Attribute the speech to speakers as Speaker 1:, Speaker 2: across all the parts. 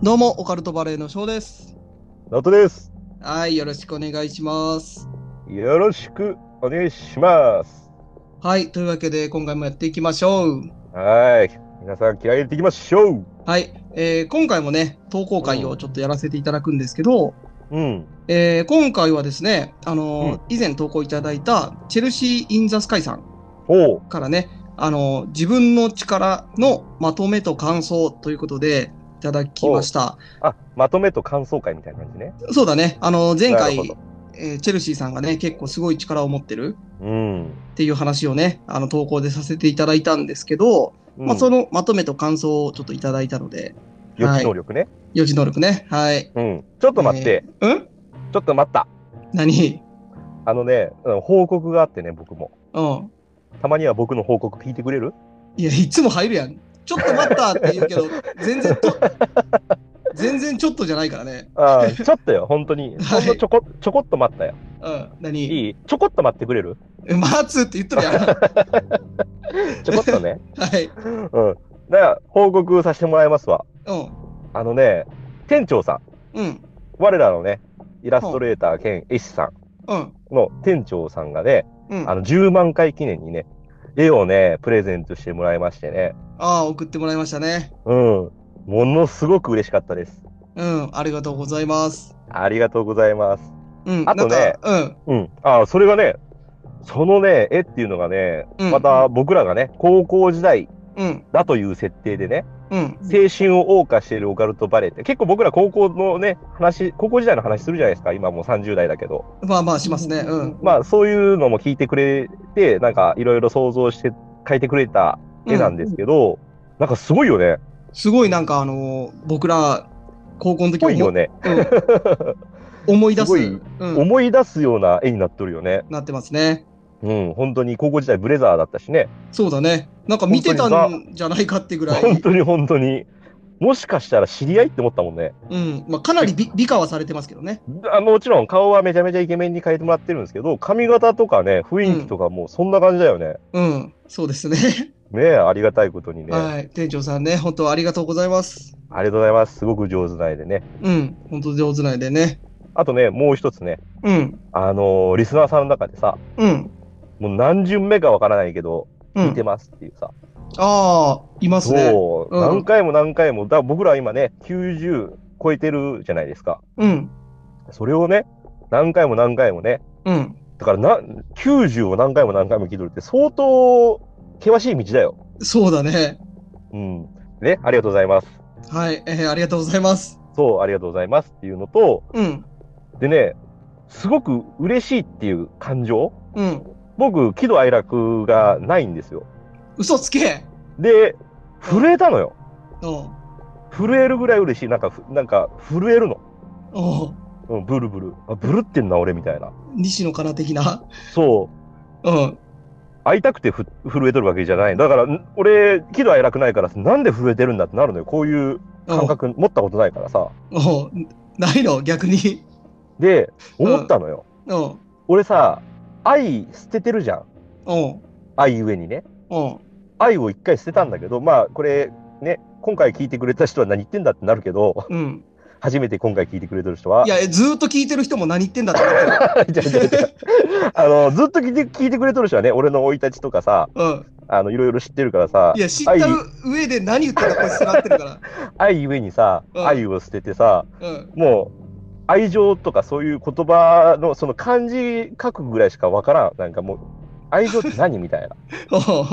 Speaker 1: どうも、オカルトバレーの翔です。
Speaker 2: ナオトです。
Speaker 1: はい、よろしくお願いします。
Speaker 2: よろしくお願いします。
Speaker 1: はい、というわけで、今回もやっていきましょう。
Speaker 2: はい。皆さん気合い入れていきましょう。
Speaker 1: はい、えー今回もね、投稿会をちょっとやらせていただくんですけど、
Speaker 2: うん。
Speaker 1: えー今回はですね、あのー
Speaker 2: うん
Speaker 1: 以前投稿いただいた、チェルシー・イン・ザ・スカイさん
Speaker 2: おう。
Speaker 1: からね、あのー自分の力のまとめと感想ということで、いただきました。
Speaker 2: あ、まとめと感想会みたいな感じね。
Speaker 1: そうだね、あのー前
Speaker 2: な
Speaker 1: 回
Speaker 2: るほ、
Speaker 1: えーチェルシーさんがね、結構すごい力を持ってる
Speaker 2: うん。
Speaker 1: っていう話をね、あの投稿でさせていただいたんですけど、
Speaker 2: うん
Speaker 1: まあ、そのまとめと感想をちょっといただいたので、
Speaker 2: 予知能力ね。
Speaker 1: 予知能力ね。はい。
Speaker 2: うん。ちょっと待って。
Speaker 1: えー。うん
Speaker 2: ちょっと待った。
Speaker 1: 何
Speaker 2: あのね、うん報告があってね、僕も。
Speaker 1: うん。
Speaker 2: たまには僕の報告聞いてくれる
Speaker 1: いや、いつも入るやん。ちょっと待ったって言うけ ど、全然と、全然ちょっとじゃないからね。
Speaker 2: あ あ、ちょっとよ、本当に。
Speaker 1: は
Speaker 2: ほ
Speaker 1: い
Speaker 2: んのちょこ、ちょこっと待ったよ。
Speaker 1: うん。何
Speaker 2: いいちょこっと待ってくれる
Speaker 1: 待つって言っとるやん。 は
Speaker 2: ちょこっ とね。
Speaker 1: い。
Speaker 2: うん。だから、報告させてもらいますわ。
Speaker 1: う
Speaker 2: あのね、店長さん。
Speaker 1: ん。うん。
Speaker 2: 我らのね、イラストレーター兼絵師さ
Speaker 1: うん。
Speaker 2: んの店長さんがね、
Speaker 1: うん。
Speaker 2: あ
Speaker 1: あ
Speaker 2: の10万回記念にね、絵をね、プレゼントしてもらいましてね、
Speaker 1: あー、送ってもらいましたね。
Speaker 2: うん、ものすごく嬉しかったです。
Speaker 1: うん。ありがとうございます。
Speaker 2: ありがとうございます。
Speaker 1: うん。
Speaker 2: あとね
Speaker 1: なんか、
Speaker 2: うん、あそれがね、そのね、絵っていうのがね、
Speaker 1: うん
Speaker 2: また僕らがね、高校時代
Speaker 1: うん。うん。
Speaker 2: だという設定でね、
Speaker 1: うん。
Speaker 2: 青春を謳歌しているオカルトバレーって、結構僕ら高校のね、話、高校時代の話するじゃないですか、今もう30代だけど。
Speaker 1: まあまあ、しますね。うん。
Speaker 2: まあそういうのも聞いてくれて、なんかいろいろ想像して書いてくれた絵なんですけど、なんかすごいよね。
Speaker 1: すごいなんかあのー僕ら高校の
Speaker 2: す
Speaker 1: 時
Speaker 2: ごいよ
Speaker 1: 思,、
Speaker 2: ね。
Speaker 1: うん、思い出す
Speaker 2: すごい
Speaker 1: うん、
Speaker 2: 思い出すような絵になっとるよね。
Speaker 1: なってますね。
Speaker 2: うん、本当に高校時代ブレザーだったしね。
Speaker 1: そうだね。なんか見てたんじゃないかってぐらい、
Speaker 2: 本当に本当に。もしかしたら知り合いって思ったもんね。
Speaker 1: うんまあ、かなり美美化はされてますけどね。
Speaker 2: あもちろん顔はめちゃめちゃイケメンに変えてもらってるんですけど、髪型とかね、雰囲気とかもうそんな感じだよね。
Speaker 1: うん、そうですね。
Speaker 2: ねえありがたいことに ね。あ
Speaker 1: はい、店長さんね、本当ありがとうございます。
Speaker 2: りがとうございます。すごく上手な絵でね。
Speaker 1: うん、本当上手な絵でね。
Speaker 2: あとね、もう一つね、
Speaker 1: うん、
Speaker 2: あのーリスナーさんの中でさ、
Speaker 1: うん、
Speaker 2: もう何巡目かわからないけど、
Speaker 1: う
Speaker 2: 見て
Speaker 1: ん。
Speaker 2: ますっていうさ。
Speaker 1: ああ、いますね。
Speaker 2: そう、
Speaker 1: うん
Speaker 2: 何回も何回も、だから僕ら今ね、90超えてるじゃないですか。
Speaker 1: うん、
Speaker 2: それをね、何回も何回もね、
Speaker 1: うん。
Speaker 2: だからな、90を何回も何回も聞いとるって相当険しい道だよ。
Speaker 1: そうだね。
Speaker 2: うん。ね、ありがとうございます。
Speaker 1: はい、えーありがとうございます。
Speaker 2: そう、ありがとうございますっていうのと、
Speaker 1: うん、
Speaker 2: でね、すごく嬉しいっていう感情
Speaker 1: うん。
Speaker 2: 僕、喜怒哀楽がないんですよ。
Speaker 1: 嘘つけ
Speaker 2: で、震えたのよ。
Speaker 1: おう
Speaker 2: 震えるぐらい嬉しい。なんかふ、なんか、震えるの。
Speaker 1: おう
Speaker 2: うん、ブルブル。あ、ブルってんな、俺、みたいな。
Speaker 1: 西野から的な。
Speaker 2: そう。
Speaker 1: うん。
Speaker 2: 会いたくてふ震えとるわけじゃない。だから、ん俺、喜怒哀楽ないから、なんで震えてるんだってなるのよ。こういう感覚持ったことないからさ。
Speaker 1: おうないの逆に。
Speaker 2: で、思ったのよ。
Speaker 1: おう
Speaker 2: 俺さ、愛捨ててるじゃん。
Speaker 1: おう
Speaker 2: 愛ゆえにね。
Speaker 1: おう
Speaker 2: 愛を一回捨てたんだけど、まあ、これ、ね、今回聞いてくれた人は何言ってんだってなるけど、
Speaker 1: うん。初
Speaker 2: 初めて今回聞いてくれてる人は。
Speaker 1: いや、ずーっと聞いてる人も何言ってんだと思ってる。
Speaker 2: 違う違う違うあの、ずっと聞いて聞いてくれとる人はね、俺の生い立ちとかさ、
Speaker 1: うん。
Speaker 2: あの、いろいろ知ってるからさ
Speaker 1: い、や、知った上で何言ってんだこいつってなってるか
Speaker 2: 愛ゆえにさ、
Speaker 1: うん
Speaker 2: 愛を捨ててさ、
Speaker 1: ら。うん。
Speaker 2: もう、愛情とかそういう言葉の、その漢字書くぐらいしかわからん。なんかもう、愛情って何みたいな。
Speaker 1: お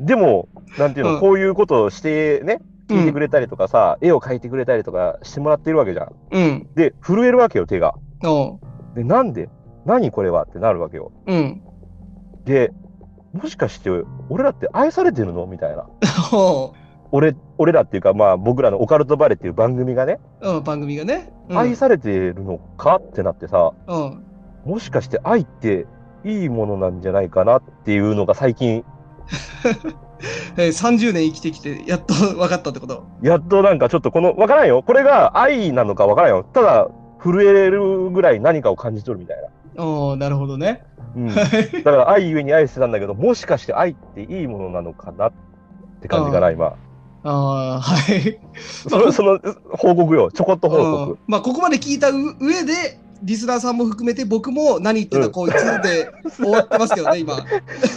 Speaker 2: でも、なんていうの、
Speaker 1: うん
Speaker 2: こういうことをしてね、聞いてく
Speaker 1: れ。
Speaker 2: れたりとかさ、絵を描いてくれたりとかしてもらってるわけじゃん。
Speaker 1: うん。
Speaker 2: で、震えるわけよ、手が。
Speaker 1: おう
Speaker 2: で、なんで何これはってなるわけよ。
Speaker 1: うん。
Speaker 2: で、もしかして、俺らって愛されてるのみたいな。
Speaker 1: おう
Speaker 2: 俺、俺らっていうか、まあ、僕らのオカルトバレっていう番組がね、
Speaker 1: うん、番組がね。うん。
Speaker 2: 愛されてるのかってなってさ、
Speaker 1: うん。
Speaker 2: もしかして愛っていいものなんじゃないかなっていうのが最近、
Speaker 1: えー、30年生きてきて、やっと分かったってこと。
Speaker 2: やっとなんかちょっとこの、わからんよ。これが愛なのかわからんよ。ただ、震えるぐらい何かを感じ取るみたいな。
Speaker 1: おうなるほどね。
Speaker 2: うん。だから愛ゆえに愛してたんだけど、もしかして愛っていいものなのかなって感じかな、今。
Speaker 1: ああ、はい。
Speaker 2: その、その、報告よ。ちょこっと報
Speaker 1: うん
Speaker 2: 告。
Speaker 1: まあ、ここまで聞いたう上で、リスナーさんも含めて、僕も何言ってたこいつで終わってますけどね、今。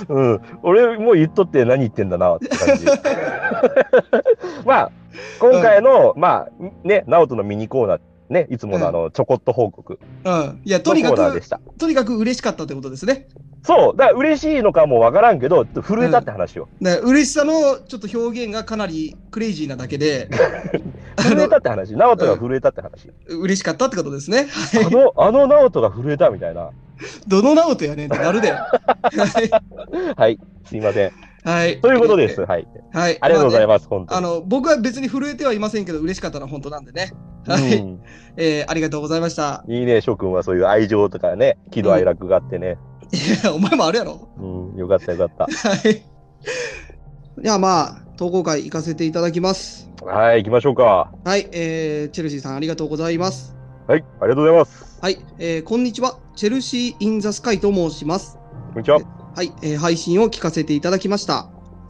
Speaker 2: うん。俺もう言っとって何言ってんだなって感じ。 まあ、今回の、まあ、ね、ナオトのミニコーナー、ね、いつものあの、ちょこっと報告
Speaker 1: うん。いや、
Speaker 2: の
Speaker 1: と
Speaker 2: コ
Speaker 1: にか
Speaker 2: ーナーで
Speaker 1: く、
Speaker 2: した。
Speaker 1: とにかく嬉しかったってことですね。
Speaker 2: そう、だから嬉しいのかもわからんけど、震えたって話よ。
Speaker 1: ね嬉しさのちょっと表現がかなりクレイジーなだけで、 あ
Speaker 2: 震え
Speaker 1: の
Speaker 2: たって話。ナオトが震えたって話。
Speaker 1: 嬉しかったってことですね。は
Speaker 2: あの、 あのナオトが震えたみたいな。
Speaker 1: いどの直人やねんってなる で。は
Speaker 2: はい、すいません。
Speaker 1: い。
Speaker 2: ということです。。はい。
Speaker 1: はい。
Speaker 2: ありがとうござい
Speaker 1: ま
Speaker 2: ます、本
Speaker 1: あねあ
Speaker 2: 当に。
Speaker 1: の、僕は別に震えてはいませんけど、嬉しかったのは本当なんでね。はい。
Speaker 2: うん
Speaker 1: えーありがとうございました。
Speaker 2: いいね、諸君はそういう愛情とかね、喜怒哀楽があってね。
Speaker 1: いや、お前もあるやろ。
Speaker 2: うん、よかったよかっ
Speaker 1: はい。じゃあまあ、投稿会行かせていただきます。
Speaker 2: た。はい、行きましょうか。
Speaker 1: はい、えーチェルシーさんありがとうございます。
Speaker 2: はい、ありがとうございます。
Speaker 1: はい、えーこんにちは。チェルシー・イン・ザ・スカイと申します。
Speaker 2: こんにちは。
Speaker 1: はい、えー配信を聞かせていただきました。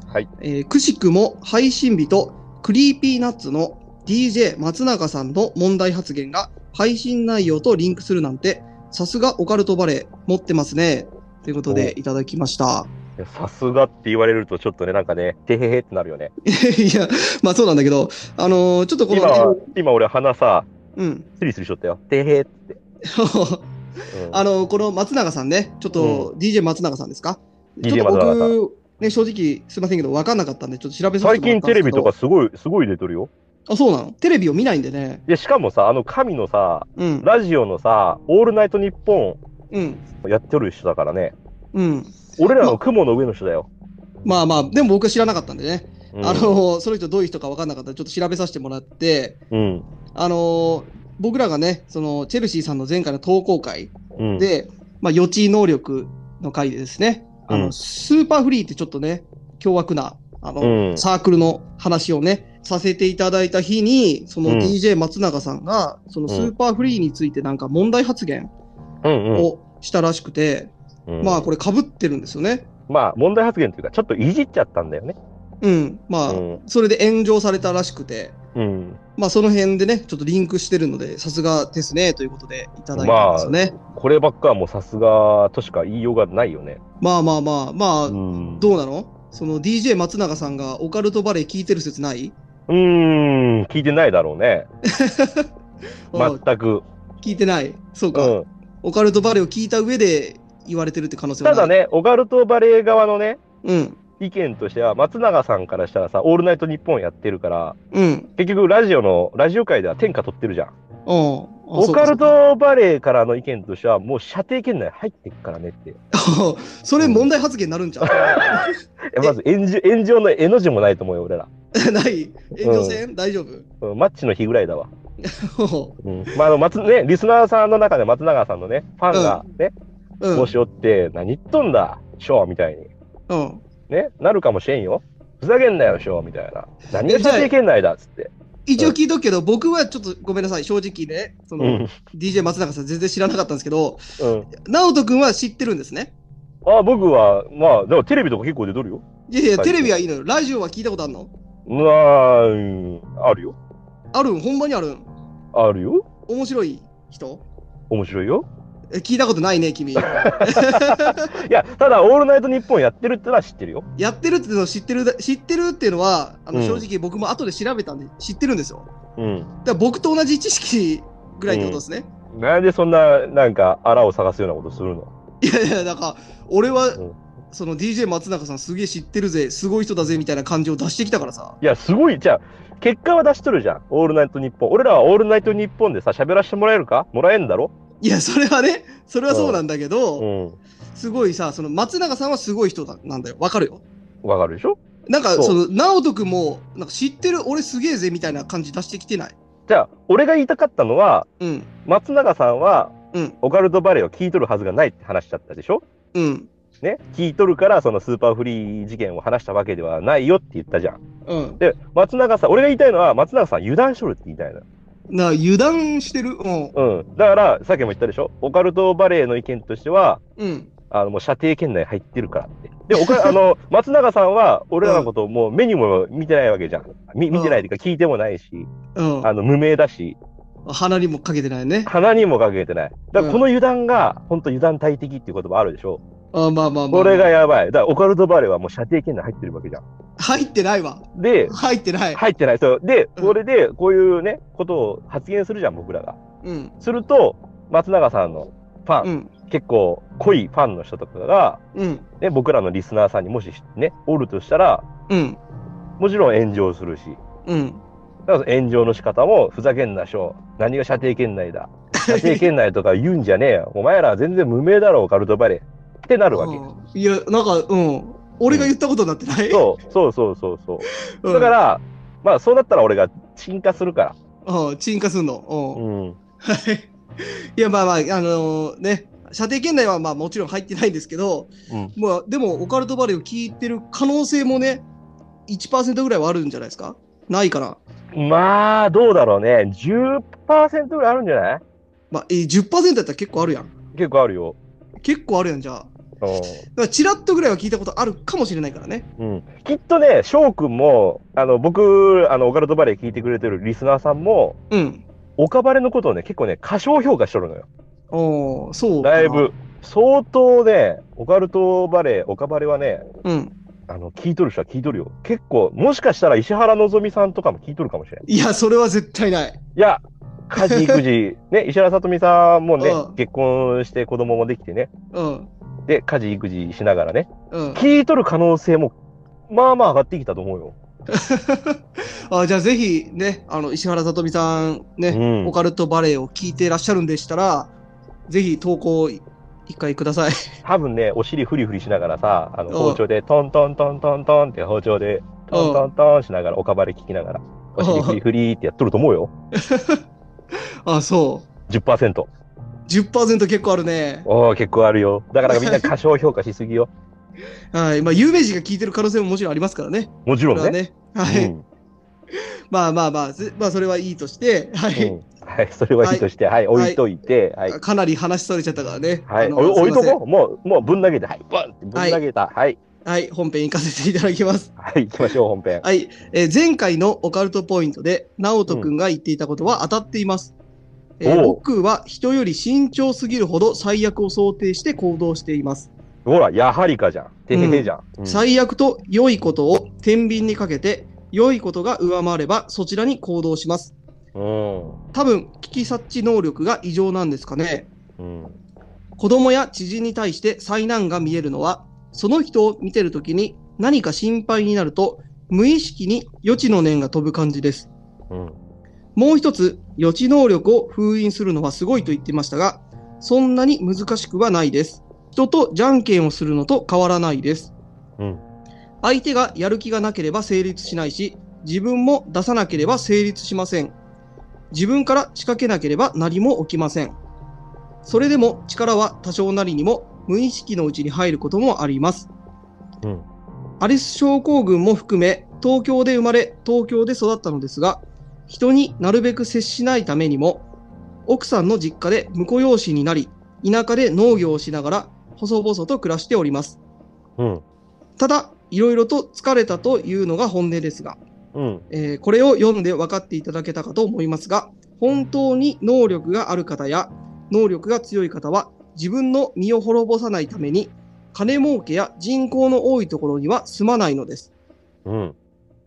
Speaker 2: はい。
Speaker 1: えーくしくも配信日とクリーピーナッツの DJ 松永さんの問題発言が配信内容とリンクするなんて、さすがオカルトバレー持ってますね。ということでいただきました。
Speaker 2: いやさすがって言われると、ちょっとね、なんかね、てへへってなるよね。
Speaker 1: いや、まあそうなんだけど、あのーちょっとこの、
Speaker 2: 今は、今俺鼻さ、
Speaker 1: うん。
Speaker 2: スリスリしとったよ。てへへって。うん
Speaker 1: あの、この松永さんね、ちょっと DJ 松永さんですか、
Speaker 2: DJ
Speaker 1: ちょっと
Speaker 2: 松永さ
Speaker 1: 僕、ね、正直すいませんけど、分かんなかったんで、ちょっと調べさせ
Speaker 2: 最
Speaker 1: てもら
Speaker 2: 近
Speaker 1: ったん
Speaker 2: テ
Speaker 1: です
Speaker 2: レ
Speaker 1: け
Speaker 2: ビ
Speaker 1: ど
Speaker 2: とかすごい、すごい出てるよ。
Speaker 1: あ、そうなのテレビを見ないんでね。
Speaker 2: で、しかもさ、あの神のさ、
Speaker 1: うん。
Speaker 2: ラジオのさ、オールナイトニッポ
Speaker 1: うん。
Speaker 2: ンやってる人だからね。
Speaker 1: うん。
Speaker 2: 俺らの雲の上の人だよ。
Speaker 1: まあまあ、でも僕は知らなかったんでね。
Speaker 2: うん
Speaker 1: あ、の、その人どういう人か分かんなかったんで、ちょっと調べさせてもらって、
Speaker 2: うん。
Speaker 1: あの、僕らがね、その、チェルシーさんの前回の投稿会
Speaker 2: うん、
Speaker 1: で、まあ、予知能力の回でですね、あの、
Speaker 2: うん
Speaker 1: スーパーフリーってちょっとね、凶悪な、あの、
Speaker 2: うん
Speaker 1: サークルの話をね、させていただいた日に、その
Speaker 2: うん
Speaker 1: DJ 松永さんが、そのスーパーフリーについてなんか問題発言
Speaker 2: うんうん
Speaker 1: をしたらしくて、
Speaker 2: うん
Speaker 1: まあこれ被ってるんですよね。
Speaker 2: まあ問題発言というかちょっといじっちゃったんだよね。
Speaker 1: うん。まあ、
Speaker 2: うん
Speaker 1: それで炎上されたらしくて、
Speaker 2: うん、
Speaker 1: まあその辺でね、ちょっとリンクしてるので、さすがですね、ということでいただいたんですよね。
Speaker 2: こればっかはもうさすがとしか言いようがないよね。
Speaker 1: まあまあまあ、まあ、
Speaker 2: うん、
Speaker 1: どうなのその DJ 松永さんがオカルトバレー聞いてる説ないう
Speaker 2: ーん聞いてないだろうね。
Speaker 1: あ
Speaker 2: 全く。
Speaker 1: 聞いてない。そう
Speaker 2: う
Speaker 1: か、
Speaker 2: ん、
Speaker 1: オカルトバレーを聞いた上で言われてるって可能性は
Speaker 2: た
Speaker 1: ない。
Speaker 2: だ。ねオカルトバレー側のね
Speaker 1: うん。
Speaker 2: 意見としては松永さんからしたらさ「オールナイトニッポン」やってるから
Speaker 1: うん。
Speaker 2: 結局ラジオのラジオ界では天下取ってるじゃん。
Speaker 1: お
Speaker 2: オカルトバレーからの意見としてはもう射程圏内入ってくからねって。い
Speaker 1: トそれ問題発言になるんじゃん。
Speaker 2: やまず炎上炎上の絵の字もないと思うよ俺ら。
Speaker 1: ない炎上戦、大丈夫
Speaker 2: うんマッチの日ぐらいだわ。
Speaker 1: ほ
Speaker 2: うんまあ、あの松ね、リスナーさんの中で松永さんのね、ファンがね、
Speaker 1: ううん。
Speaker 2: もしおって、何言っとんだ、ショーみたいに、
Speaker 1: うん。
Speaker 2: ね、なるかもしれんよ。ふざけんなよ、ショーみたいな。何がしていけんないだっつって。
Speaker 1: 一応聞いとくけど、僕はちょっとごめんなさい、正直ね、そうの、
Speaker 2: ん。
Speaker 1: DJ 松永さん全然知らなかったんですけど、
Speaker 2: うん。
Speaker 1: 直人君は知ってるんですね。
Speaker 2: あ、僕は、まあ、でもテレビとか結構出とるよ。
Speaker 1: いやいや、
Speaker 2: はい
Speaker 1: テレビはいいのよ。ラジオは聞いたことあるの
Speaker 2: まあ、うんあるよ。
Speaker 1: あるん、ほんまにあるん。
Speaker 2: あるよ。
Speaker 1: 面白い人
Speaker 2: 面白いよ。
Speaker 1: え聞いたことないね、君。
Speaker 2: いや、ただ、オールナイトニッポンやってるってのは知ってるよ。
Speaker 1: やってるっていうのを知ってるだ、知ってるっていうのは、あの
Speaker 2: うん
Speaker 1: 正直僕も後で調べたんで知ってるんですよ。
Speaker 2: うん。
Speaker 1: だから僕と同じ知識ぐらいってことですね。
Speaker 2: なんでそんな、なんか、あらを探すようなことするの
Speaker 1: いやいや、だから俺は、
Speaker 2: うん
Speaker 1: その DJ 松永さんすげえ知ってるぜ、すごい人だぜみたいな感じを出してきたからさ。
Speaker 2: いや、すごい、じゃあ、結果は出しとるじゃん。オールナイトニッポン。俺らはオールナイトニッポンでさ、喋らせてもらえるかもらえんだろ
Speaker 1: いや、それはね、それはそうなんだけど、
Speaker 2: うん。
Speaker 1: すごいさ、その松永さんはすごい人だなんだよ。わかるよ。
Speaker 2: わかるでしょ
Speaker 1: なんか、
Speaker 2: そう
Speaker 1: その、直人くんも、なんか知ってる、俺すげえぜみたいな感じ出してきてない。
Speaker 2: じゃあ、俺が言いたかったのは、
Speaker 1: うん、
Speaker 2: 松永さんは、
Speaker 1: うん
Speaker 2: オカルトバレーを聞いとるはずがないって話だったでしょ
Speaker 1: うん、
Speaker 2: ね。聞いとるから、そのスーパーフリー事件を話したわけではないよって言ったじゃん。
Speaker 1: うん。
Speaker 2: で、松永さん、俺が言いたいのは、松永さん油断しとるって言いたいの。
Speaker 1: な、油断してる。うん、
Speaker 2: うん。だから、さっきも言ったでしょオカルトバレーの意見としては、
Speaker 1: うん、
Speaker 2: あのもう射程圏内入ってるからって。で、おかあ の松永さんは、俺らのことをもう目にも見てないわけじゃん。み見てないというか、聞いてもないし、
Speaker 1: うん
Speaker 2: あの無名だし、
Speaker 1: 鼻にもかけてないね。
Speaker 2: 鼻にもかけてない。だか
Speaker 1: うん
Speaker 2: らこの油断が、本当油断大敵っていう言葉あるでしょ。
Speaker 1: あまあまあまあ。
Speaker 2: これがやばい。だからオカルトバレーはもう射程圏内入ってるわけじゃん。
Speaker 1: 入ってないわ。
Speaker 2: で、
Speaker 1: 入ってない。
Speaker 2: 入ってない。そうで、
Speaker 1: うん
Speaker 2: これでこういうね、ことを発言するじゃん、僕らが。
Speaker 1: うん。
Speaker 2: すると、松永さんのファン、
Speaker 1: うん。
Speaker 2: 結構濃いファンの人とかが、
Speaker 1: うん。
Speaker 2: ね、僕らのリスナーさんにもしね、おるとしたら、
Speaker 1: うん。
Speaker 2: もちろん炎上するし、
Speaker 1: うん。
Speaker 2: だから炎上の仕方も、ふざけんなしょ、何が射程圏内 だ、射程圏内とか言うんじゃねえよ、お前らは全然無名だろ、オカルトバレーってなるわけ。
Speaker 1: うんいや、なんか、うん。俺が言ったことになってない。
Speaker 2: そうそうそうそうそう。
Speaker 1: うん
Speaker 2: だか、ら、まあそうなったら俺が進化するから。
Speaker 1: うん、沈下すんの。うん。
Speaker 2: うん。
Speaker 1: はい。いや、まあまあ、あのね、射程圏内はまあもちろん入ってないんですけど、
Speaker 2: うん
Speaker 1: まあ、でも、オカルトバレーを聞いてる可能性もね、1%ぐらいはあるんじゃないですかないかな。
Speaker 2: まあ、どうだろうね。10%ぐらいあるんじゃない
Speaker 1: まあ、えー10%だったら結構あるやん。
Speaker 2: 結構あるよ。
Speaker 1: 結構あるやん、じゃあ。だか
Speaker 2: う
Speaker 1: ら、チラッとぐらいは聞いたことあるかもしれないからね。
Speaker 2: ん。うん、きっとね、翔くんも、あの、僕、あの、オカルトバレー聞いてくれてるリスナーさんも、
Speaker 1: うん。
Speaker 2: オカバレのことをね、結構ね、過小評価しとるのよ。
Speaker 1: おー、そうかな
Speaker 2: だいぶ。。相当ね、オカルトバレー、オカバレはね、
Speaker 1: うん。
Speaker 2: あの、聞いとる人は聞いとるよ。結構、もしかしたら石原のぞみさんとかも聞いとるかもしれない。
Speaker 1: いや、それは絶対ない。
Speaker 2: いや、家事育児、 ね、石原さとみさんもね
Speaker 1: うん、
Speaker 2: 結婚して子供もできてね、
Speaker 1: うん。
Speaker 2: で、家事育児しながらね、
Speaker 1: うん。
Speaker 2: 聞いとる可能性も、まあまあ上がってきたと思うよ。
Speaker 1: あじゃあ、ぜひね、あの、石原さとみさん、ね、
Speaker 2: うん
Speaker 1: オカルトバレーを聞いてらっしゃるんでしたら、ぜひ投稿い一回ください。
Speaker 2: 多分ね、お尻フリフリしながらさ、あの
Speaker 1: うん
Speaker 2: 包丁でトントントントントンって包丁でトントントンしながら、おかばれ聞きながら、お尻フリフリってやっとると思うよ。
Speaker 1: あ、そう。
Speaker 2: 10%。
Speaker 1: 10%結構あるね。
Speaker 2: おー、結構あるよ。だからみんな過小評価しすぎよ。
Speaker 1: はい。まあ、有名人が聞いてる可能性ももちろんありますからね。
Speaker 2: もち
Speaker 1: こ
Speaker 2: ろ
Speaker 1: れ
Speaker 2: ん
Speaker 1: は
Speaker 2: ね。
Speaker 1: ね。はい。
Speaker 2: うん
Speaker 1: まあまあまあ、ずまあ、それはいいとして、はい。
Speaker 2: うんはい、それはいいとして、はい、置いといて、はい。
Speaker 1: かなり話しされちゃったからね。
Speaker 2: はい、
Speaker 1: あの
Speaker 2: お置いと
Speaker 1: すません
Speaker 2: こう。もう、もうぶん投げて、はい、バンってぶん投げた。はい、
Speaker 1: はい。本編行かせていただきます。
Speaker 2: はい、行き ましょう、本編。
Speaker 1: はい、えー前回のオカルトポイントで、直人くんが言っていたことは当たっています。えー
Speaker 2: おう
Speaker 1: 僕は人より慎重すぎるほど最悪を想定して行動しています。
Speaker 2: ほら、やはりかじゃん。てへへじゃん。うん
Speaker 1: 最悪と良いことを天秤にかけて、良いことが上回ればそちらに行動します。
Speaker 2: うん。
Speaker 1: 多分、危機察知能力が異常なんですかね。
Speaker 2: うん。
Speaker 1: 子供や知人に対して災難が見えるのは、その人を見てるときに何か心配になると、無意識に予知の念が飛ぶ感じです。
Speaker 2: うん。
Speaker 1: もう一つ、予知能力を封印するのはすごいと言ってましたが、そんなに難しくはないです。人とじゃんけんをするのと変わらないです。
Speaker 2: うん
Speaker 1: 相手がやる気がなければ成立しないし、自分も出さなければ成立しません。自分から仕掛けなければ何も起きません。それでも力は多少なりにも無意識のうちに入ることもあります。
Speaker 2: うん
Speaker 1: アリス症候群も含め、東京で生まれ、東京で育ったのですが、人になるべく接しないためにも、奥さんの実家で婿養子になり、田舎で農業をしながら、細々と暮らしております。
Speaker 2: うん。
Speaker 1: ただ、いろいろと疲れたというのが本音ですが、
Speaker 2: うん。
Speaker 1: えーこれを読んで分かっていただけたかと思いますが、本当に能力がある方や、能力が強い方は、自分の身を滅ぼさないために、金儲けや人口の多いところには住まないのです。
Speaker 2: うん。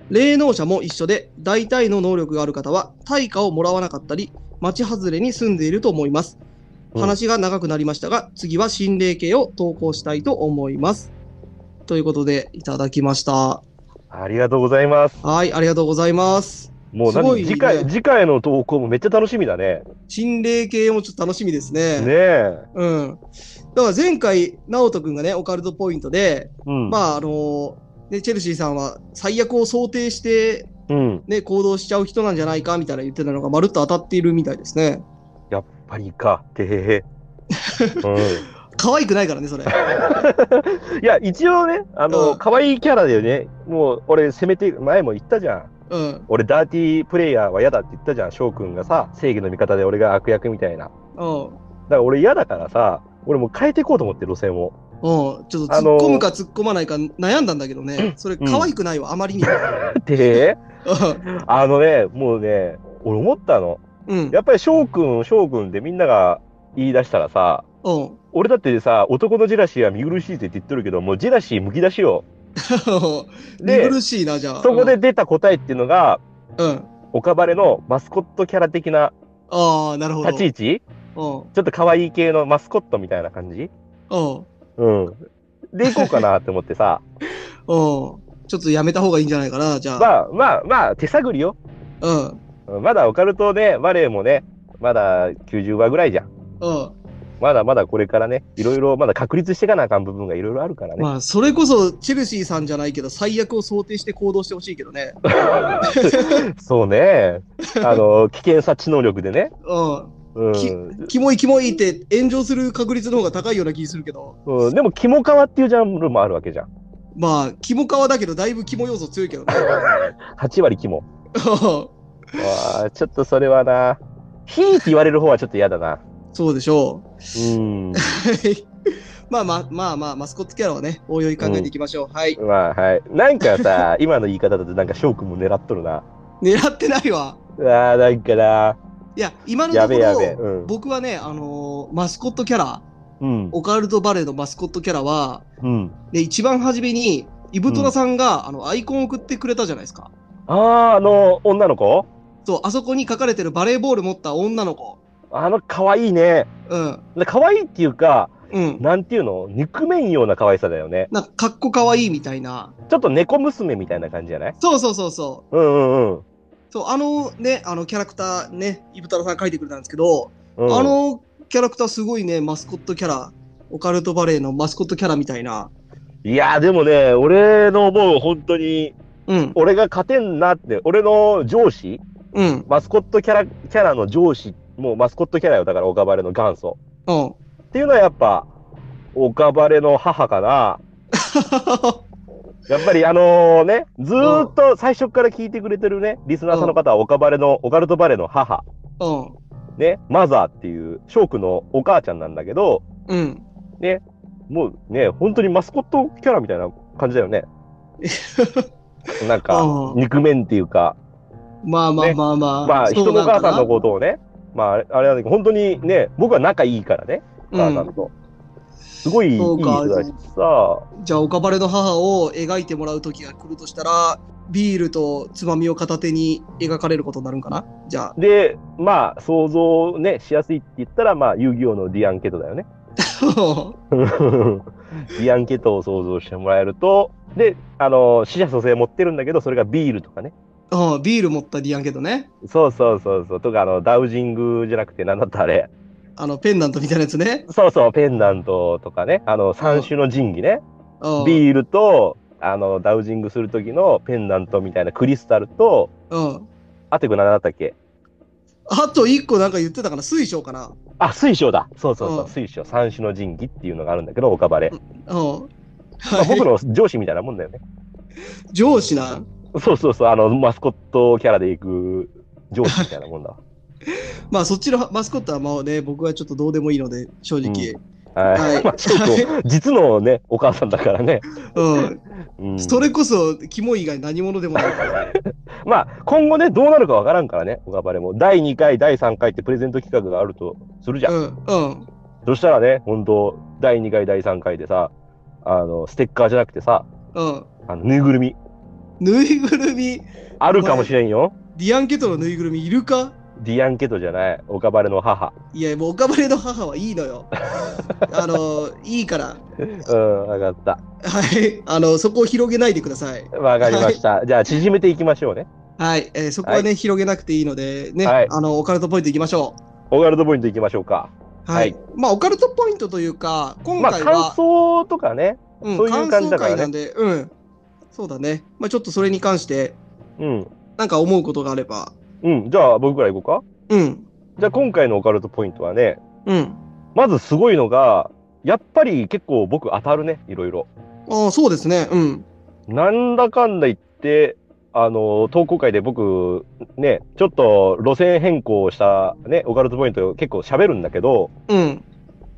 Speaker 1: 霊能者も一緒で、大体の能力がある方は、対価をもらわなかったり、町外れに住んでいると思います。
Speaker 2: うん
Speaker 1: 話が長くなりましたが、次は心霊系を投稿したいと思います。ということで、いただきました。
Speaker 2: ありがとうございます。
Speaker 1: はい、ありがとうございます。
Speaker 2: もう
Speaker 1: すごい
Speaker 2: 何、
Speaker 1: ね
Speaker 2: 次回、次回の投稿もめっちゃ楽しみだね。
Speaker 1: 心霊系もちょっと楽しみですね。
Speaker 2: ねえ。
Speaker 1: うん。だから前回、直人くんがね、オカルトポイントで、
Speaker 2: うん。
Speaker 1: まあ、あのね、チェルシーさんは最悪を想定して、
Speaker 2: うん。
Speaker 1: ね、行動しちゃう人なんじゃないかみたいな言ってたのが、まるっと当たっているみたいですね。
Speaker 2: やっぱりか。てへ へ。う
Speaker 1: 可愛くないからね、そ れ。
Speaker 2: ん、いや一応ねあ
Speaker 1: う
Speaker 2: の
Speaker 1: ん
Speaker 2: 可愛、いキャラだよねもう俺攻めて前も言ったじゃん
Speaker 1: うん。
Speaker 2: 俺ダーティープレイヤーは嫌だって言ったじゃん翔くんがさ正義の味方で俺が悪役みたいなだか
Speaker 1: うん。
Speaker 2: ら俺嫌だからさ俺もう変えていこうと思って路線を
Speaker 1: ょっと突っ込むか突っ込まないか悩んだんだけどね、それ
Speaker 2: うん
Speaker 1: 可愛くないわ、あまりにも。
Speaker 2: で、あのね、もうね、俺思ったの。
Speaker 1: うん。
Speaker 2: やっぱり翔くん、翔くんでみんなが言い出したらさ、
Speaker 1: うん
Speaker 2: 俺だってさ、男のジェラシーは見苦しいって言ってるけど、もうジェラシーむき出しよ。
Speaker 1: 見
Speaker 2: で、
Speaker 1: 苦しいな、じゃあ。
Speaker 2: そこで出た答えっていうのが、
Speaker 1: うん。うん。
Speaker 2: オカバレのマスコットキャラ的な
Speaker 1: ああ、なるほど。
Speaker 2: 立ち位置
Speaker 1: うん。
Speaker 2: ちょっと可愛い系のマスコットみたいな感じ
Speaker 1: うん。
Speaker 2: うん。で、行こうかなって思ってさ。
Speaker 1: うん。ちょっとやめた方がいいんじゃないかな、じゃあ。
Speaker 2: まあまあまあ、手探りよ。
Speaker 1: うん。
Speaker 2: うんまだオカルトね、我もね、まだ90話ぐらいじゃん。
Speaker 1: う
Speaker 2: まだまだこれからね、いろいろまだ確立していかなあかん部分がいろいろあるから
Speaker 1: ん。
Speaker 2: ね。
Speaker 1: まあ、それこそ、チェルシーさんじゃないけど、最悪を想定して行動してほしいけど ね。
Speaker 2: そうね。あの、危険察知能力でね。
Speaker 1: う
Speaker 2: うん。
Speaker 1: きん。キモいキモいって炎上する確率の方が高いような気するけど。
Speaker 2: うん、でも、キモカワっていうジャンルもあるわけじゃん。
Speaker 1: まあ、キモ側だけど、だいぶキモ要素強いけどね。
Speaker 2: 8割キモ。
Speaker 1: う
Speaker 2: うわあちょっとそれはな。ヒーって言われる方はちょっと嫌だな。
Speaker 1: ん そうでしょう。
Speaker 2: うん。
Speaker 1: まあまあまあまあ、マスコットキャラはね、おいおい考えていきましょう。はい。
Speaker 2: まあ、はい。なんかさ、今の言い方だとなんか翔くんも狙っとるな。
Speaker 1: 狙ってないわ。
Speaker 2: うわあなんかな。
Speaker 1: いや、今の
Speaker 2: や
Speaker 1: とこ
Speaker 2: べえやべえ。
Speaker 1: ろ、
Speaker 2: うん。
Speaker 1: 僕はね、あのーマスコットキャラ、
Speaker 2: うん。
Speaker 1: オカルトバレーのマスコットキャラは、
Speaker 2: うん。
Speaker 1: で、一番初めに、イブトナさんが、あの、アイコンを送ってくれたじゃないですか。
Speaker 2: ああ、あの、女の子
Speaker 1: そう、あそこに書かれてるバレーボール持った女の子。
Speaker 2: あの、可愛いね。
Speaker 1: うん。
Speaker 2: 可愛いっていうか、
Speaker 1: うん。
Speaker 2: なんていうの憎めんような可愛さだよね。
Speaker 1: なんか、かっこかわいいみたいな。
Speaker 2: ちょっと猫娘みたいな感じじゃない
Speaker 1: そうそうそうそう。
Speaker 2: うんうんうん。
Speaker 1: そう、あのね、あのキャラクターね、イブタロさん書いてくれたんですけど、
Speaker 2: うん、
Speaker 1: あのキャラクターすごいね、マスコットキャラ、オカルトバレーのマスコットキャラみたいな。
Speaker 2: いやーでもね、俺のもう本当に、
Speaker 1: うん、
Speaker 2: 俺が勝てんなって、俺の上司、
Speaker 1: うん、うん、
Speaker 2: マスコットキャラ、キャラの上司、もうマスコットキャラよ、だから岡バレの元祖。っていうのはやっぱ、岡バレの母かな。やっぱりあのね、ずーっと最初から聞いてくれてるね、リスナーさんの方は岡バレの、オカルトバレの母、
Speaker 1: うん、
Speaker 2: ね、マザーっていう、ショークのお母ちゃんなんだけど、
Speaker 1: うん。
Speaker 2: もうね、本当にマスコットキャラみたいな感じだ よね。なんか、
Speaker 1: うん
Speaker 2: 肉面っていうか、
Speaker 1: まあまあ
Speaker 2: ね
Speaker 1: まあまあ。。
Speaker 2: まあ、人のお母さんのこととをね、まあ、あれあれなんだけど、本当にね、僕は仲いいからね、お
Speaker 1: う
Speaker 2: 母さ
Speaker 1: ん
Speaker 2: ん、と。すごいいい
Speaker 1: そう
Speaker 2: 人
Speaker 1: か
Speaker 2: だしさ、
Speaker 1: じゃあ、オカバレの母を描いてもらう時が来るとしたら、ビールとつまみを片手に描かれることになるんかなじ ゃ
Speaker 2: で、まあ、想像ね、しやすいって言ったら、まあ、遊戯王のディアンケトだよね。
Speaker 1: あ。
Speaker 2: ディアンケトを想像してもらえると、で、あの、死者蘇生持ってるんだけど、それがビールとかね。
Speaker 1: うん、ビール持ったディアンけどね。
Speaker 2: そうそうそうそう。とか、あの、ダウジングじゃなくて、なんだったあれ。
Speaker 1: あの、ペンダントみたいなやつね。
Speaker 2: そうそう、ペンダントとかね。あの、三種の神器ね。
Speaker 1: うん。
Speaker 2: ビールと、あの、ダウジングする時のペンダントみたいなクリスタルと、
Speaker 1: うん。
Speaker 2: あとこれ何だったっけ
Speaker 1: あと一個なんか言ってたかな水晶かな
Speaker 2: あ、水晶だ。そうそうそう、
Speaker 1: うん
Speaker 2: 水晶。三種の神器っていうのがあるんだけど、岡バレ。
Speaker 1: うん。
Speaker 2: まあ、
Speaker 1: はい
Speaker 2: 僕の上司みたいなもんだよね。
Speaker 1: 上司な。
Speaker 2: そうそうそう、あの、マスコットキャラで行く上司みたいなもんだ わ。
Speaker 1: まあそっちのマスコットはまあね、僕はちょっとどうでもいいので、正直。
Speaker 2: はい。
Speaker 1: はい
Speaker 2: まあ、ちょっ と、実のね、お母さんだからね。
Speaker 1: うん。
Speaker 2: うん、
Speaker 1: それこそ、キモい以外何者で もない。
Speaker 2: まあ、今後ね、どうなるかわからんからね、岡バレも。第2回、第3回ってプレゼント企画があるとするじゃ。
Speaker 1: うんん。うん。
Speaker 2: そしたらね、本当第2回、第3回でさ、あの、ステッカーじゃなくてさ、
Speaker 1: うん。
Speaker 2: あの、ぬいぐるみ、
Speaker 1: ぬいぐるみ、
Speaker 2: あるかもしれんよ。
Speaker 1: ディアンケトのぬいぐるみいるか
Speaker 2: ディアンケトじゃない、岡バレの母。
Speaker 1: いや、もうオカバレの母はいいの よ。あの、いいから。
Speaker 2: うん、わかった。
Speaker 1: はい。あの、そこを広げないでください。
Speaker 2: わかりました。じゃあ、縮めていきましょうね。
Speaker 1: はい。えーそこはね、広げなくていいので、ね、
Speaker 2: はい
Speaker 1: あの、オカルトポイントいきましょう。
Speaker 2: オカルトポイントいきましょうか。
Speaker 1: はい
Speaker 2: は。
Speaker 1: まあ、オカルトポイントというか、今
Speaker 2: まあ、
Speaker 1: 回
Speaker 2: 感
Speaker 1: は、
Speaker 2: 想とかね。
Speaker 1: うん
Speaker 2: そういう感じだか
Speaker 1: 感想会
Speaker 2: らね
Speaker 1: なんで、うん。そうだね。まあ、ちょっとそれに関して、
Speaker 2: うん。
Speaker 1: なんか思うことがあれば、
Speaker 2: うん。じゃあ、僕からいこうか。
Speaker 1: うん、
Speaker 2: じゃあ、今回のオカルトポイントはね、
Speaker 1: うん。
Speaker 2: まずすごいのが、やっぱり結構僕当たるね、いろいろ。
Speaker 1: ああ、そうですね。うん、
Speaker 2: なんだかんだ言って、あの、投稿会で僕、ね、ちょっと路線変更したね、オカルトポイント結構喋るんだけど、
Speaker 1: うん。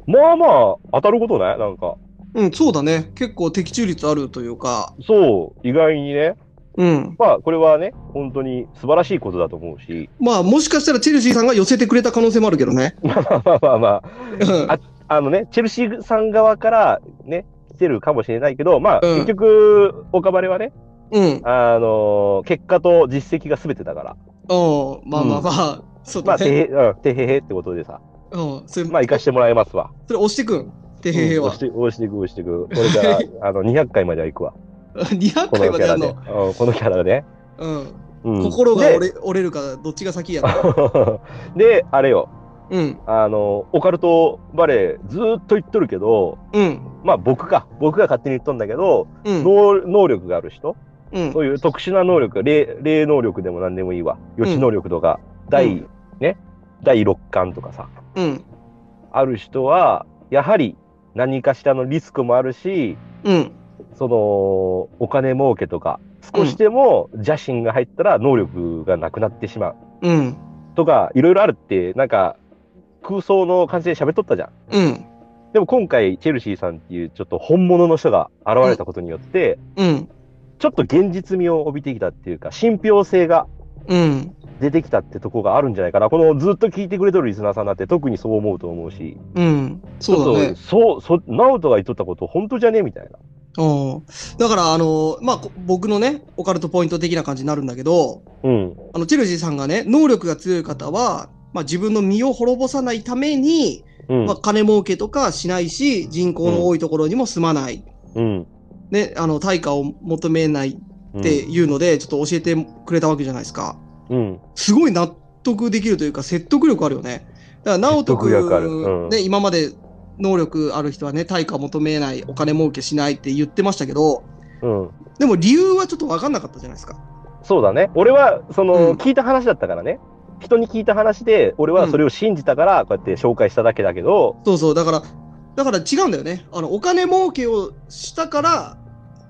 Speaker 2: まあまあ当たることないなんか。
Speaker 1: うん、そうだね。結構的中率あるというか、
Speaker 2: そう、意外にね。
Speaker 1: うん。
Speaker 2: まあ、これはね、本当に素晴らしいことだと思うし、
Speaker 1: まあ、もしかしたらチェルシーさんが寄せてくれた可能性もあるけどね。
Speaker 2: まあまあまあまあ、
Speaker 1: うん
Speaker 2: ああのね、チェルシーさん側からね、来てるかもしれないけど、まあ、
Speaker 1: うん
Speaker 2: 結局、岡バレはね、
Speaker 1: うん。
Speaker 2: あのー結果と実績が全てだから、
Speaker 1: おまあまあまあ、そう
Speaker 2: ま
Speaker 1: だ
Speaker 2: あ、て
Speaker 1: ね。
Speaker 2: へ、うん、てへへってことでさ、
Speaker 1: うん。それ、
Speaker 2: まあ、行かしてもらいますわ。
Speaker 1: それ押してくん。てへへ
Speaker 2: うん
Speaker 1: は
Speaker 2: 押し。て、押していく、押していく。これか ら、あの、200回までは行くわ。
Speaker 1: 200
Speaker 2: こ
Speaker 1: 回
Speaker 2: の
Speaker 1: ま
Speaker 2: キ
Speaker 1: でや
Speaker 2: ャラ
Speaker 1: ん
Speaker 2: で。
Speaker 1: の。
Speaker 2: うん、このキャラでね。
Speaker 1: うん。
Speaker 2: うん、
Speaker 1: 心が折れ折れるか、どっちが先やな。
Speaker 2: で で、あれよ、
Speaker 1: うん。
Speaker 2: あの、オカルトバレーずーっと言っとるけど、
Speaker 1: うん。
Speaker 2: まあ僕か、僕が勝手に言っとんだけど、
Speaker 1: うん。
Speaker 2: 能能力がある人、
Speaker 1: うん
Speaker 2: そ。ういう特殊な能力、霊霊能力でも何でもいいわ、予知能力とか、第、
Speaker 1: うん
Speaker 2: ね、第六感とかさ、
Speaker 1: うん。
Speaker 2: ある人は、やはり何かしらのリスクもあるし、
Speaker 1: うん。
Speaker 2: その、お金儲けとか、少しでも邪心が入ったら能力がなくなってしまう
Speaker 1: うん。
Speaker 2: とか、いろいろあるって、なんか、空想の感じで喋っとったじゃん。
Speaker 1: うん。
Speaker 2: でも今回、チェルシーさんっていうちょっと本物の人が現れたことによって、
Speaker 1: うん。
Speaker 2: ちょっと現実味を帯びてきたっていうか、信憑性が
Speaker 1: うん。
Speaker 2: 出てきたってとこがあるんじゃないかな。このずっと聞いてくれてるリスナーさんだって特にそう思うと思うし、
Speaker 1: うん。そうだね
Speaker 2: ちょっと。そう、そ、ナオトが言っとったこと本当じゃねみたいな。
Speaker 1: うん。だから、あの、まあ、こ僕のね、オカルトポイント的な感じになるんだけど、
Speaker 2: うん。
Speaker 1: あの、チェルシーさんがね、能力が強い方は、まあ、自分の身を滅ぼさないために、
Speaker 2: うん。
Speaker 1: まあ、金儲けとかしないし、人口の多いところにも住まない。
Speaker 2: うん。
Speaker 1: ね、あの、対価を求めない
Speaker 2: うん
Speaker 1: っていうので、ちょっと教えてくれたわけじゃないですか。
Speaker 2: うん。
Speaker 1: すごい納得できるというか、説得力あるよね。だから、直人君、
Speaker 2: 説得力あるうん
Speaker 1: ね、今まで能力ある人はね、対価を求めない、お金儲けしないって言ってましたけど、
Speaker 2: うん。
Speaker 1: でも理由はちょっと分かんなかったじゃないですか。
Speaker 2: そうだね。俺は、その、
Speaker 1: うん
Speaker 2: 聞いた話だったからね。人に聞いた話で、俺はそれを信じたから、こうやって紹介しただけだけど、
Speaker 1: そうそう、だから、だから違うんだよね。あの、お金儲けをしたから、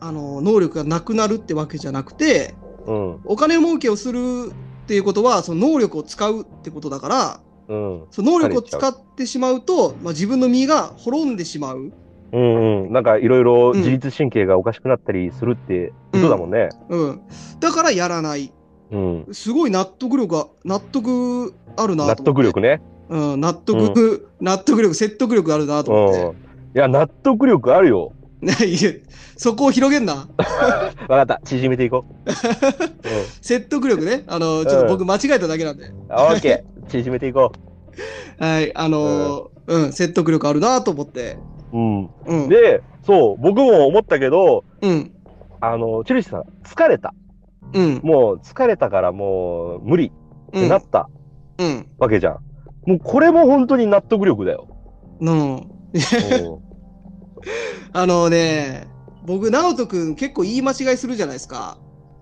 Speaker 1: あの、能力がなくなるってわけじゃなくて、
Speaker 2: うん。
Speaker 1: お金儲けをするっていうことは、その能力を使うってことだから、
Speaker 2: うん。
Speaker 1: その能力を使ってしまうと、まあ、自分の身が滅んでしまう。
Speaker 2: うんうん。なんか、いろいろ自律神経がおかしくなったりするって、
Speaker 1: うん
Speaker 2: そうだもんね。
Speaker 1: うん。だからやらない。
Speaker 2: うん。
Speaker 1: すごい納得力が、納得あるな
Speaker 2: 納
Speaker 1: と思って。
Speaker 2: 得力ね。
Speaker 1: うん、納得、納得力、説得力あるなと
Speaker 2: う
Speaker 1: 思
Speaker 2: ん
Speaker 1: って。。
Speaker 2: いや、納得力あるよ。
Speaker 1: ね、 いえそこを広げんな。
Speaker 2: わかった。縮めていこう。う
Speaker 1: 説得力ね。あの、ちょっと僕間違えただけなんで。
Speaker 2: ん。あオッケー。縮めていこ
Speaker 1: はい、あのーうん、説得力あるなと思って。
Speaker 2: う。う
Speaker 1: うん。
Speaker 2: ん。で、そう、僕も思ったけど、
Speaker 1: うん、
Speaker 2: あの、チェルシーさん、疲れた。
Speaker 1: うん、
Speaker 2: もう、疲れたからもう、無理っ
Speaker 1: う
Speaker 2: て
Speaker 1: ん
Speaker 2: な、った。
Speaker 1: うん、
Speaker 2: わけじゃん。もうこれも本当に納得力だよ。
Speaker 1: うん。あのね、僕、直人くん結構言い間違いするじゃないですか。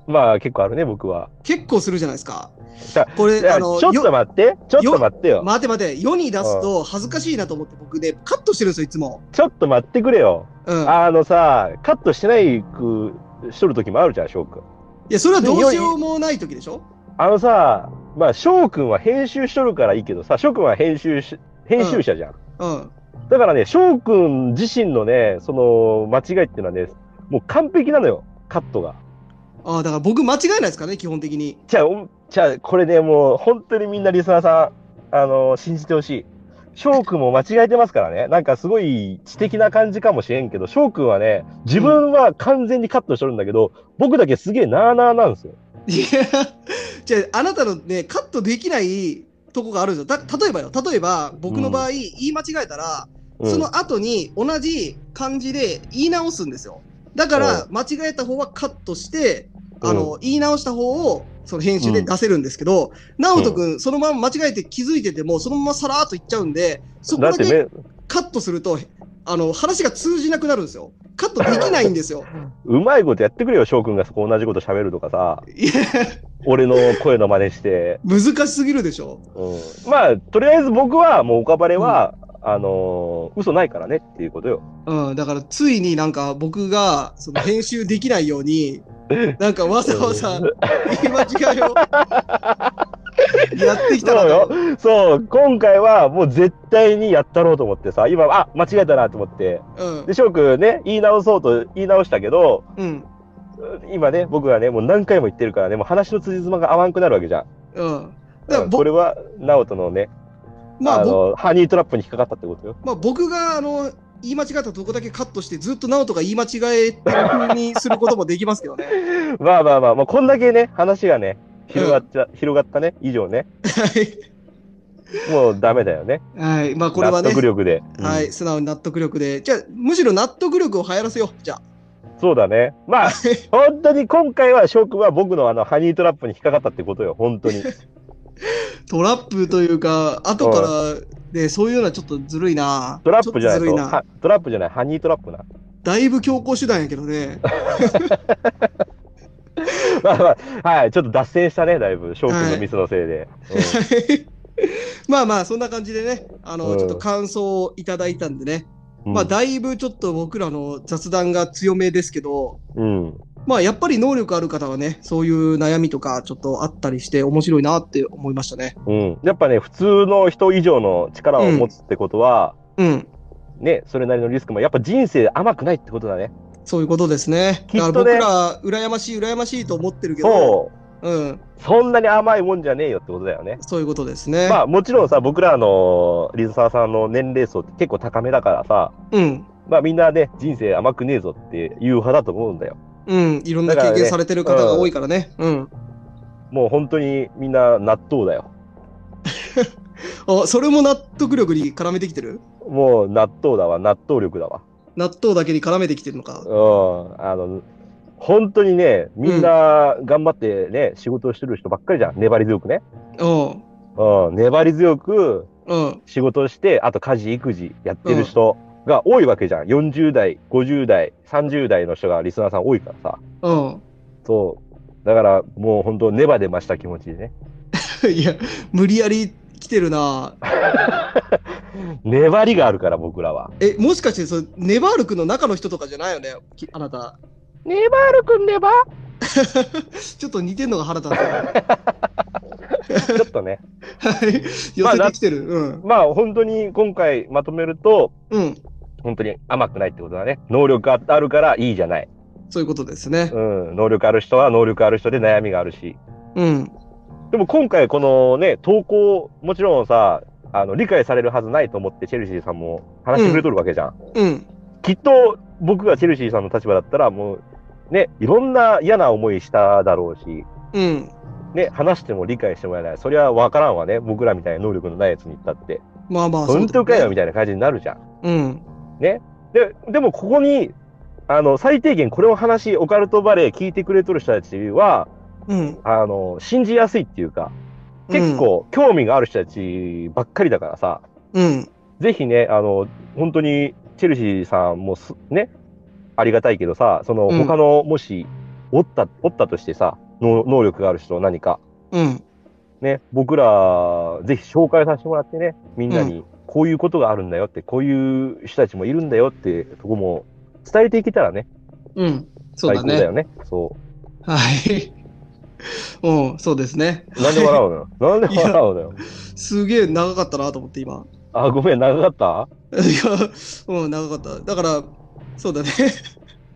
Speaker 2: まあ結構あるね、僕は。
Speaker 1: 結構するじゃないですか
Speaker 2: さ。
Speaker 1: こ
Speaker 2: い
Speaker 1: れ、あ
Speaker 2: やち
Speaker 1: の、
Speaker 2: ょっと
Speaker 1: よ
Speaker 2: 待って、ちょっと待ってよ。
Speaker 1: 待て待て、世に出すと恥ずかしいなと思って僕ね、カットしてるんですよ、いつも。
Speaker 2: ちょっと待ってくれよ。
Speaker 1: うん。
Speaker 2: あのさ、カットしてないくしとる時もあるじゃん、翔くん。
Speaker 1: いや、それはどうしようもない時でしょ
Speaker 2: あのさ、まあ翔くんは編集しとるからいいけどさ、翔くんは編集し、編集者じゃん。
Speaker 1: うん。
Speaker 2: だからね、翔くん自身のね、その間違いっていうのはね、もう完璧なのよ、カットが。
Speaker 1: ああ、だから僕間違いないですからね、基本的に。
Speaker 2: じゃあ、おじゃあこれね、もう本当にみんなリスナーさん、あの信じてほしい。翔くんも間違えてますからね。なんかすごい知的な感じかもしれんけど、翔くんはね、自分は完全にカットしてるんだけど、僕だけすげえなーなーなんですよ。
Speaker 1: いや、じゃあ、あなたのね、カットできないとこがあるんですよ。た例えばよ、例えば、僕の場合、言い間違えたら、
Speaker 2: うん
Speaker 1: その後に同じ漢字で言い直すんですよ。だから、間違えた方はカットして、あの、言い直した方を、その編集で出せるんですけど、直人くん、そのまま間違えて気づいてても、そのままさらーっと言っちゃうんで、そこ
Speaker 2: だっ
Speaker 1: だ
Speaker 2: て
Speaker 1: け
Speaker 2: ね、
Speaker 1: カットすると、あの、話が通じなくなるんですよ。カットできないんですよ。
Speaker 2: うまいことやってくれよ、翔くんがそこ同じこと喋るとかさ、
Speaker 1: いや、
Speaker 2: 俺の声の真似して。
Speaker 1: 難しすぎるでしょ。
Speaker 2: うん、まあ、とりあえず僕は、もう岡バレは、あのー嘘ないからねっていうことよ。
Speaker 1: うん、だからついになんか僕がその編集でき ないように、なんかわざわざ言い間違いをやってきた
Speaker 2: そう
Speaker 1: ら
Speaker 2: よ。そう、今回はもう絶対にやったろうと思ってさ、今、あ、間違えたなと思って。
Speaker 1: うん
Speaker 2: で、翔くんね、言い直そうと言い直したけど、
Speaker 1: うん
Speaker 2: 今ね、僕はね、もう何回も言ってるからね、もう話の辻褄が合わんくなるわけじゃん。
Speaker 1: うんだから
Speaker 2: うん
Speaker 1: ぼ
Speaker 2: これは、直人のね、
Speaker 1: まあ
Speaker 2: あ
Speaker 1: 僕
Speaker 2: の、ハニートラップに引っかかったってことよ。
Speaker 1: まあ、僕があの言い間違ったとこだけカットして、ずっと直人が言い間違えてる風にすることもできますけど ね。
Speaker 2: まあまあまあ、まあ、こんだけね、話がね、広がった、広がったね、以上ね、もうダメだよね。
Speaker 1: はい、はい、まあこれはね
Speaker 2: 納、得力で。うん
Speaker 1: はい、素直に納得力で、じゃあ、むしろ納得力を流行らせよう、じゃ
Speaker 2: そうだね。 まあ、本当に今回は翔くんは僕のあの、ハニートラップに引っかかったってことよ、本当に。
Speaker 1: あ、トラップというか、後から、ね、そういうのはちょっとずるいな。
Speaker 2: トラップじゃない
Speaker 1: ちょっとずるい
Speaker 2: と
Speaker 1: な。
Speaker 2: はトラップじゃない、ハニートラップな。
Speaker 1: だいぶ強行手段やけどね。
Speaker 2: まあまあ、はい、ちょっと脱線したね、だいぶ、翔くんのミスのせ いで。
Speaker 1: まあまあ、そんな感じでね、あの、
Speaker 2: うん
Speaker 1: ちょっと感想をいただいたんでね、
Speaker 2: うん
Speaker 1: まあ、だいぶちょっと僕らの雑談が強めですけど、
Speaker 2: うん。
Speaker 1: まあやっぱり能力ある方はね、そういう悩みとかちょっとあったりして面白いなって思いましたね。
Speaker 2: うん。やっぱね、普通の人以上の力を持つってことは、
Speaker 1: うん。
Speaker 2: ね、それなりのリスクも、やっぱ人生甘くないってことだね。
Speaker 1: そういうことですね。
Speaker 2: きっとね
Speaker 1: だから僕ら、羨ましい、羨ましいと思ってるけど、
Speaker 2: そう。
Speaker 1: うん。
Speaker 2: そんなに甘いもんじゃねえよってことだよね。
Speaker 1: そういうことですね。
Speaker 2: まあもちろんさ、僕らのリズサーさんの年齢層って結構高めだからさ、
Speaker 1: うん。
Speaker 2: まあみんなね、人生甘くねえぞっていう派だと思うんだよ。
Speaker 1: うん。いろんな
Speaker 2: だか
Speaker 1: 経
Speaker 2: らね
Speaker 1: 験されてる方が多いからね。うん。
Speaker 2: もう本当にみんな納豆だよ。
Speaker 1: あ、それも納得力に絡めてきてる
Speaker 2: もう納豆だわ、納豆力だわ。
Speaker 1: 納豆だけに絡めてきてるのか。
Speaker 2: うん。あの、本当にね、みんな頑張ってね、仕事をしてる人ばっかりじゃん。粘り強くね。
Speaker 1: うん。
Speaker 2: うん。粘り強く
Speaker 1: うん。
Speaker 2: 仕事をして、あと家事、育児やってる人が多いわけじゃん。40代、50代、30代の人がリスナーさん多いからさ。
Speaker 1: うん。
Speaker 2: そう。だからもう本当ネバネバした気持ちでね。
Speaker 1: いや、無理やり来てるな。
Speaker 2: 粘りがあるから僕らは。
Speaker 1: え、もしかしてそれ、ネバール君の中の人とかじゃないよねきあなた。
Speaker 2: ネバールくんネバ
Speaker 1: ちょっと似てんのが腹立つな。
Speaker 2: ちょっとね。
Speaker 1: はい。寄せてきてる。うん。
Speaker 2: まあ本当に今回まとめると、
Speaker 1: うん。
Speaker 2: 本当に甘くないってことだね。能力があるからいいじゃない。
Speaker 1: そういうことですね
Speaker 2: う。ん。能力ある人は能力ある人で悩みがあるし。
Speaker 1: うん。
Speaker 2: でも今回このね、投稿、もちろんさ、あの、理解されるはずないと思ってチェルシーさんも話してくれとるわけじゃん。
Speaker 1: うん。
Speaker 2: きっと僕がチェルシーさんの立場だったらもう、ね、いろんな嫌な思いしただろうし、
Speaker 1: うん。
Speaker 2: ね、話しても理解してもらえない。そりゃ分からんわね。僕らみたいな能力のないやつに行ったって。
Speaker 1: まあまあ、
Speaker 2: 本当かよ
Speaker 1: ね
Speaker 2: みたいな感じになるじゃん。
Speaker 1: うん。
Speaker 2: で、でもここに、あの、最低限これを話、オカルトバレー聞いてくれとる人たちは、
Speaker 1: うん。
Speaker 2: あの、信じやすいっていうか、結構興味がある人たちばっかりだからさ、
Speaker 1: うん。
Speaker 2: ぜひね、あの、本当にチェルシーさんもすね、ありがたいけどさ、その
Speaker 1: うん
Speaker 2: 他の、もし、おった、おったとしてさ、の能力がある人何か、
Speaker 1: うん。
Speaker 2: ね、僕ら、ぜひ紹介させてもらってね、みんなに、こういうことがあるんだよって、こういう人たちもいるんだよって、とこも伝えていけたらね、
Speaker 1: うん。そう
Speaker 2: 最
Speaker 1: だ
Speaker 2: 高だ
Speaker 1: ね。
Speaker 2: よね。そ
Speaker 1: はい。うん、そうですね。
Speaker 2: う。なんで笑 うのよ。なんで笑うのよ。
Speaker 1: すげえ長かったなと思って、今。
Speaker 2: あ、ごめん、長か
Speaker 1: い
Speaker 2: っ
Speaker 1: や、うん、長かった。だから、そうだね。
Speaker 2: た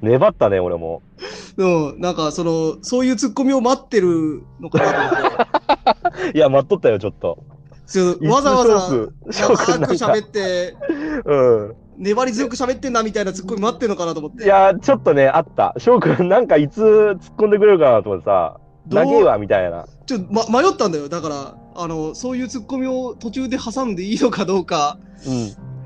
Speaker 2: 粘ったね、俺も。
Speaker 1: うん、なんか、その、そういうツッコミを待ってるのかなと思って。
Speaker 2: いや、待っとったよ、ちょっと。
Speaker 1: そうわざわざ、
Speaker 2: ざ
Speaker 1: 長く喋って、
Speaker 2: うん。
Speaker 1: 粘り強く喋ってんなみたいなツッコミ待ってんのかなと思って。
Speaker 2: いや、ちょっとね、あった。翔くん、なんかいつ突っ込んでくれるかなと思ってさ、
Speaker 1: どう
Speaker 2: 長えわ、みたいな。
Speaker 1: ちょっと、ま、迷ったんだよ。だから、あの、そういうツッコミを途中で挟んでいいのかどうか。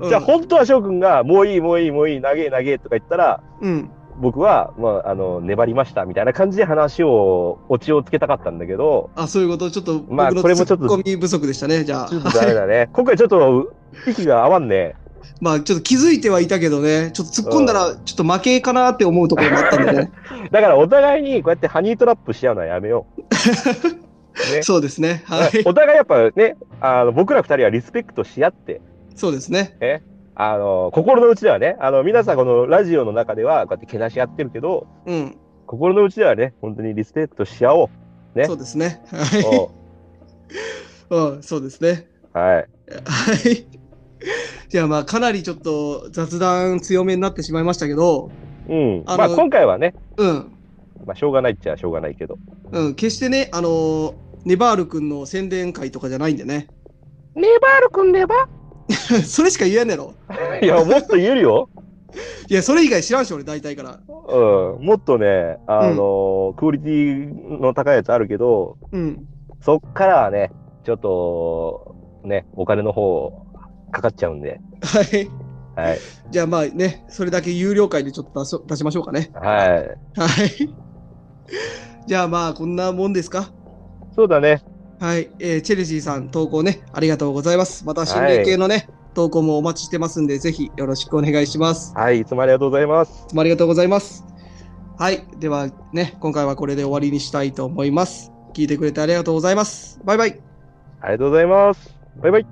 Speaker 2: うん。
Speaker 1: うん、
Speaker 2: じゃあ、本当は翔くんが、もういい、もういい、もういい、長え、長えとか言ったら、
Speaker 1: うん。
Speaker 2: 僕は、まあ、あの、粘りました、みたいな感じで話を、オチをつけたかったんだけど、
Speaker 1: あ、そういうこと、ちょっと、僕
Speaker 2: まあ
Speaker 1: の
Speaker 2: これもち
Speaker 1: ツ
Speaker 2: ょっと
Speaker 1: ッコミ不足でしたね。じゃあ
Speaker 2: ちょっ、とダメ だね。今回ちょっと、息が合わんね。
Speaker 1: まあ、ちょっと気づいてはいたけどね、ちょっと突っ込んだら、ちょっと負けかなって思うところもあったんでね。
Speaker 2: だからお互いにこうやってハニートラップし合うのはやめよ う。ね、
Speaker 1: そうですね。 はい。
Speaker 2: お互いやっぱね、あの僕ら二人はリスペクトし合って、
Speaker 1: そうですね。
Speaker 2: あの心の内ではね、あの皆さんこのラジオの中ではこうやってけなし合ってるけど、
Speaker 1: うん。
Speaker 2: 心の内ではね、本当にリスペクトし合おう。ね
Speaker 1: そうですね。
Speaker 2: お
Speaker 1: は
Speaker 2: う。
Speaker 1: うん、そうですね。
Speaker 2: はい。
Speaker 1: はい。じゃあまあ、かなりちょっと雑談強めになってしまいましたけど、
Speaker 2: うん。
Speaker 1: あの
Speaker 2: まあ今回はね、
Speaker 1: うん、
Speaker 2: まあしょうがないっちゃしょうがないけど。
Speaker 1: うん、決してね、あのーネバール君の宣伝会とかじゃないんでね。
Speaker 2: ネバールくんネバ
Speaker 1: それしか言えんねやろ。
Speaker 2: いや、もっと言えるよ。
Speaker 1: いや、それ以外知らんし、俺、大体から。
Speaker 2: うん。もっとね、あのークオリティの高いやつあるけど、
Speaker 1: うん。
Speaker 2: そっからはね、ちょっと、ね、お金の方、かかっちゃうんで。
Speaker 1: はい。
Speaker 2: はい。
Speaker 1: じゃあまあね、それだけ有料会でちょっと出そ出しましょうかね。
Speaker 2: はい。
Speaker 1: はい。じゃあまあ、こんなもんですか。
Speaker 2: そうだね。
Speaker 1: はい、えーチェルシーさん投稿ね、ありがとうございます。また心霊系のね、投稿もお待ちしてますんで、ぜひよろしくお願いします。
Speaker 2: はい、いつもありがとうございます
Speaker 1: い。つもありがとうございます。はい、ではね、今回はこれで終わりにしたいと思います。聞いてくれてありがとうございます。バイバイ。
Speaker 2: ありがとうございます。バイバイ。